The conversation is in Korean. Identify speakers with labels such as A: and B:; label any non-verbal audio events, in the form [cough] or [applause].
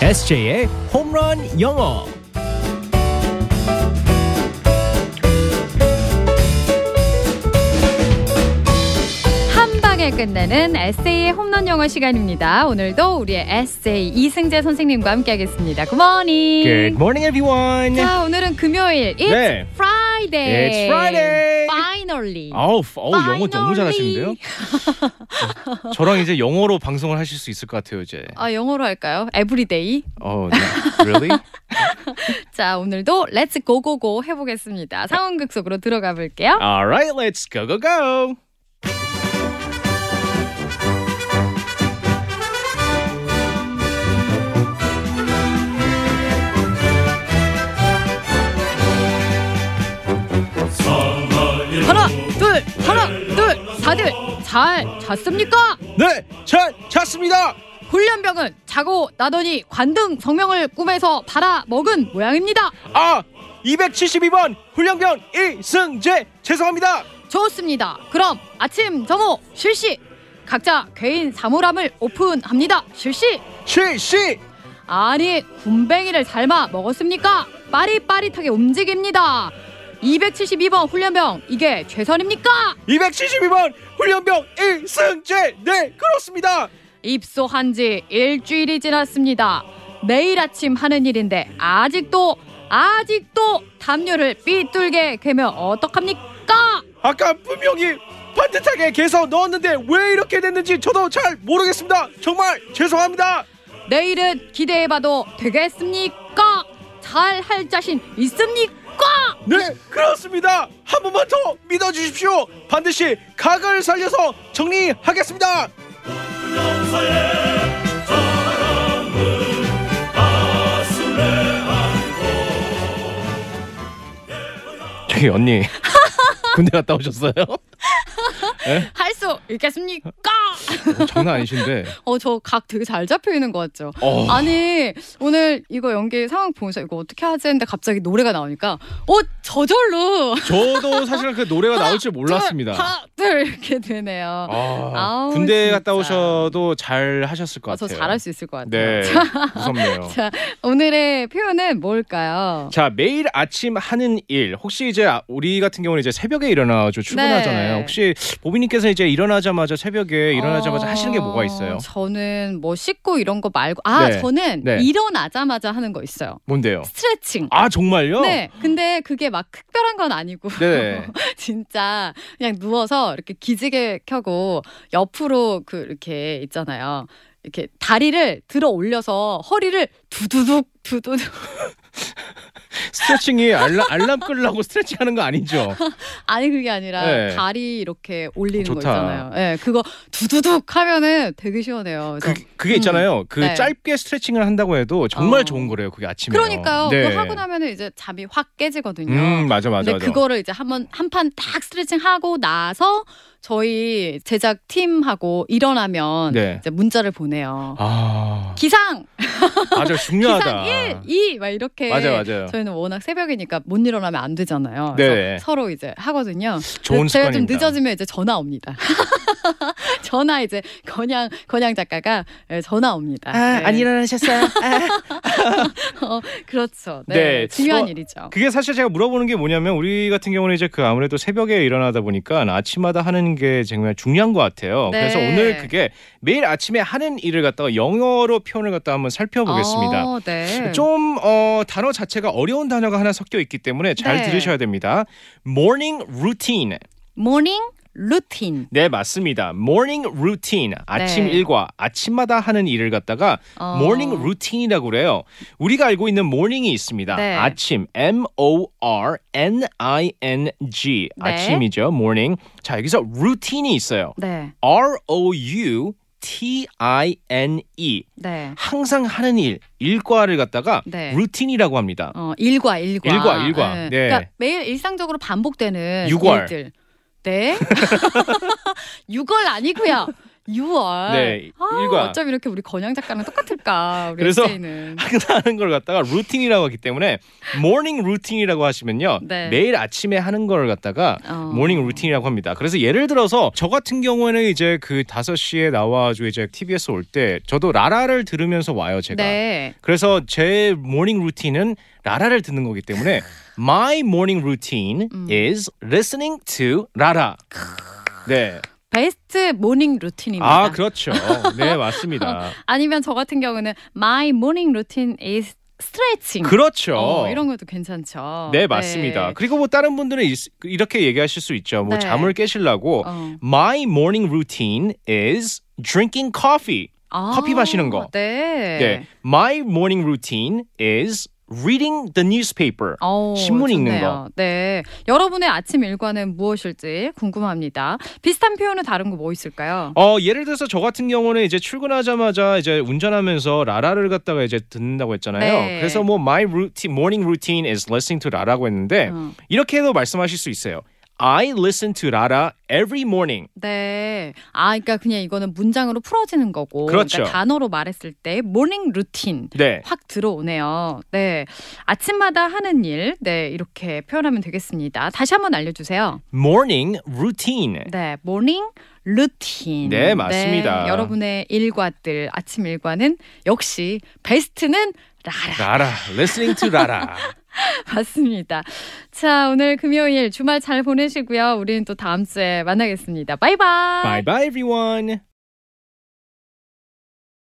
A: SJ의 홈런 영어.
B: 한 방에 끝내는 에세이의 홈런 영어 시간입니다. 오늘도 우리의 에세이 이승재 선생님과 함께하겠습니다. 굿모닝.
C: 네,
A: Good morning,
C: 그
A: everyone.
B: 자, 오늘은 금요일. It's
A: 네.
B: Friday.
A: It's Friday.
B: Finally.
C: 아우, 아우 영어 너무
B: Finally.
C: 잘하시는데요? 저랑 이제 영어로 방송을 하실 수 있을 것 같아요 이제.
B: 아, 영어로 할까요? Everyday.
C: 어, 네. really?
B: 자, 오늘도 Let's Go Go Go 해보겠습니다. 상황극 속으로 들어가 볼게요.
C: All right, let's go go go.
B: 하나, 둘, 하나, 둘. 다들 잘 잤습니까?
C: 네, 잘 찾습니다.
B: 훈련병은 자고 나더니 관등 성명을 꿈에서 받아먹은 모양입니다.
C: 아, 272번 훈련병 이승재 죄송합니다.
B: 좋습니다. 그럼 아침 점호 실시. 각자 개인 사물함을 오픈합니다. 실시.
C: 실시.
B: 아니 군뱅이를 삶아 먹었습니까? 빠릿빠릿하게 움직입니다. 272번 훈련병 이게 최선입니까?
C: 272번 훈련병 이승재 네 그렇습니다.
B: 입소한 지 일주일이 지났습니다. 매일 아침 하는 일인데 아직도 아직도 담요를 삐뚤게 개면 어떡합니까?
C: 아까 분명히 반듯하게 개서 넣었는데 왜 이렇게 됐는지 저도 잘 모르겠습니다. 정말 죄송합니다.
B: 내일은 기대해봐도 되겠습니까? 잘 할 자신 있습니까?
C: 네 그렇습니다 한 번만 더 믿어주십시오 반드시 각을 살려서 정리하겠습니다 저기 언니 군대 갔다 오셨어요? 네.
B: 할 수 있겠습니까?
C: 장난 아니신데
B: 어, 저 각 되게 잘 잡혀 있는 것 같죠?
C: 어.
B: 아니, 오늘 이거 연기 상황 보면서 이거 어떻게 하지 했는데 갑자기 노래가 나오니까, 어, 저절로.
C: 저도 사실 그 노래가 나올 줄 몰랐습니다
B: 하나, 둘, 이렇게 되네요.
C: 아,
B: 아, 아우,
C: 군대
B: 진짜.
C: 갔다 오셔도 잘 하셨을 것
B: 아, 저
C: 같아요
B: 잘할 수 있을 것 같아요.
C: 네 무섭네요
B: 자, 오늘의 표현은 뭘까요?
C: 자 매일 아침 하는 일 혹시 이제 아- 우리 같은 경우는 이제 새벽에 일어나죠 출근하잖아요
B: 네.
C: 혹시 보빈님께서 이제 일어나자마자 새벽에 네, 일어나자마자
B: 어,
C: 하시는 게 뭐가 있어요
B: 저는 뭐 씻고 이런 거 말고 아
C: 네.
B: 저는
C: 네.
B: 일어나자마자 하는 거 있어요.
C: 뭔데요
B: 스트레칭.
C: 아 정말요
B: 네, 근데 그게 막 특별한 건 아니고
C: 네.
B: [laughs] 진짜 그냥 누워서 이렇게 기지개 켜고 옆으로 그 이렇게 있잖아요. 이렇게 다리를 들어 올려서 허리를 두두둑 두두둑 [laughs]
C: 스트레칭이 알람, 알람 끌려고 스트레칭 하는 거 아니죠
B: 그렇죠. 아니 그게 아니라
C: 네.
B: 다리 이렇게 올리는 거
C: 좋다.
B: 있잖아요. 네, 그거 두두둑 하면은 되게 시원해요.
C: 그,
B: 그래서
C: 그게 있잖아요 그
B: 네.
C: 짧게 스트레칭을 한다고 해도 정말
B: 어.
C: 좋은 거래요 그게 아침에
B: 그러니까요. 그거 하고 나면은 이제 잠이 확 깨지거든요.
C: 네. 음 맞아 맞아
B: 근데
C: 맞아
B: 그거를 이제 한번 한 판 딱 스트레칭 하고 나서 저희 제작 팀하고 일어나면
C: 네.
B: 이제 문자를 보내요.
C: 아
B: 기상,
C: 맞아 중요하다
B: 기상 1, 2, 막 이렇게.
C: 맞아 맞아요
B: 저희는 워낙 새벽이니까 못 일어나면 안 되잖아요.
C: 네.
B: 그래서 서로 이제 하거든요.
C: 좋은
B: 제가 좀
C: 습관입니다
B: 늦어지면 이제 전화 옵니다. [laughs] 전화 이제 건양 건양 작가가 예, 전화 옵니다. 네.
C: 아, 일어나셨어요 아.
B: 어, 그렇죠. 네,
C: 네.
B: 중요한
C: 어,
B: 일이죠.
C: 그게 사실 제가 물어보는 게 뭐냐면 우리 같은 경우는 이제 그 아무래도 새벽에 일어나다 보니까 아침마다 하는 게 정말 중요한 것 같아요.
B: 네.
C: 그래서 오늘 그게 매일 아침에 하는 일을 갖다가 영어로 표현을 갖다 한번 살펴보겠습니다.
B: 어, 네.
C: 좀 어, 단어 자체가 어려운 단어가 하나 섞여 있기 때문에 잘
B: 네.
C: 들으셔야 됩니다. morning routine.
B: 모닝 루틴.
C: 네, 맞습니다. morning routine. 아침
B: 네.
C: 일과 아침마다 하는 일을 갖다가
B: 어.
C: morning routine이라고 그래요. 우리가 알고 있는 morning이 있습니다.
B: 네.
C: 아침 M O R N I N G
B: 네.
C: 아침이죠. morning. 자, 여기서 routine이 있어요.
B: 네,
C: R O U T I N E.
B: 네.
C: 항상 하는 일, 일과를 갖다가
B: 네.
C: routine이라고 합니다.
B: 어, 일과, 일과.
C: 일과, 일과.
B: 예.
C: 네.
B: 그러니까 매일 일상적으로 반복되는
C: 육월. [laughs]
B: 일들. 네. 6월 아니고요. 6월.
C: 네,
B: 아,
C: 일과.
B: 어쩜 이렇게 우리 건영 작가랑 똑같을까? 우리
C: 그래서-
B: SJ는.
C: 항상 하는 걸 갖다가 루틴이라고 하기 때문에 모닝 루틴이라고 하시면요
B: 네.
C: 매일 아침에 하는 걸 갖다가
B: 어.
C: 모닝 루틴이라고 합니다. 그래서 예를 들어서 저 같은 경우에는 이제 그 5시에 나와가지고 이제 TBS 올 때 저도 라라를 들으면서 와요, 제가.
B: 네.
C: 그래서 제 모닝 루틴은 라라를 듣는 거기 때문에 my morning routine
B: 음.
C: is listening to 라라. 네.
B: 베스트 모닝 루틴입니다. 어,
C: 아, 그렇죠. 네,
B: [laughs]
C: 맞습니다.
B: 아니면 저 같은 경우는 my morning routine is stretching.
C: 그렇죠.
B: 어, 이런 것도 괜찮죠.
C: 네, 맞습니다. 그리고 뭐 다른 분들은 이- 이렇게 얘기하실 수 있죠. 뭐
B: 네.
C: 잠을 깨시려고
B: 어.
C: my morning routine is drinking coffee.
B: 아,
C: 커피 마시는 거.
B: 네.
C: 네. My morning routine is reading the newspaper.
B: 어우,
C: 신문 읽는
B: 좋네요. 네. 여러분의 아침 일과는 무엇일지 궁금합니다. 비슷한 표현은 다른 거 뭐 있을까요?
C: 어 예를 들어서 저 같은 경우는 이제 출근하자마자 이제 운전하면서 라라를 갖다가 이제 듣는다고 했잖아요.
B: 네.
C: 그래서 뭐 my routine, morning routine is listening to 라라고 했는데
B: 어.
C: 이렇게도 말씀하실 수 있어요. I listen to 라라 every morning.
B: 네. 아, 그러니까 그냥 이거는 문장으로 풀어지는 거고.
C: 그렇죠.
B: 그러니까 단어로 말했을 때 모닝 루틴
C: 네.
B: 확 들어오네요. 네. 아침마다 하는 일. 네, 이렇게 표현하면 되겠습니다. 다시 한번 알려 주세요.
C: morning routine.
B: 네, 모닝 루틴.
C: 네, 맞습니다.
B: 네, 여러분의 일과들 아침 일과는 역시 베스트는 라라.
C: 라라 listening to
B: [laughs]
C: 라라.
B: 맞습니다. 자, 오늘 금요일 주말 잘 보내시고요. 우리는 또 다음 주에 만나겠습니다. 바이바이.
C: bye bye everyone.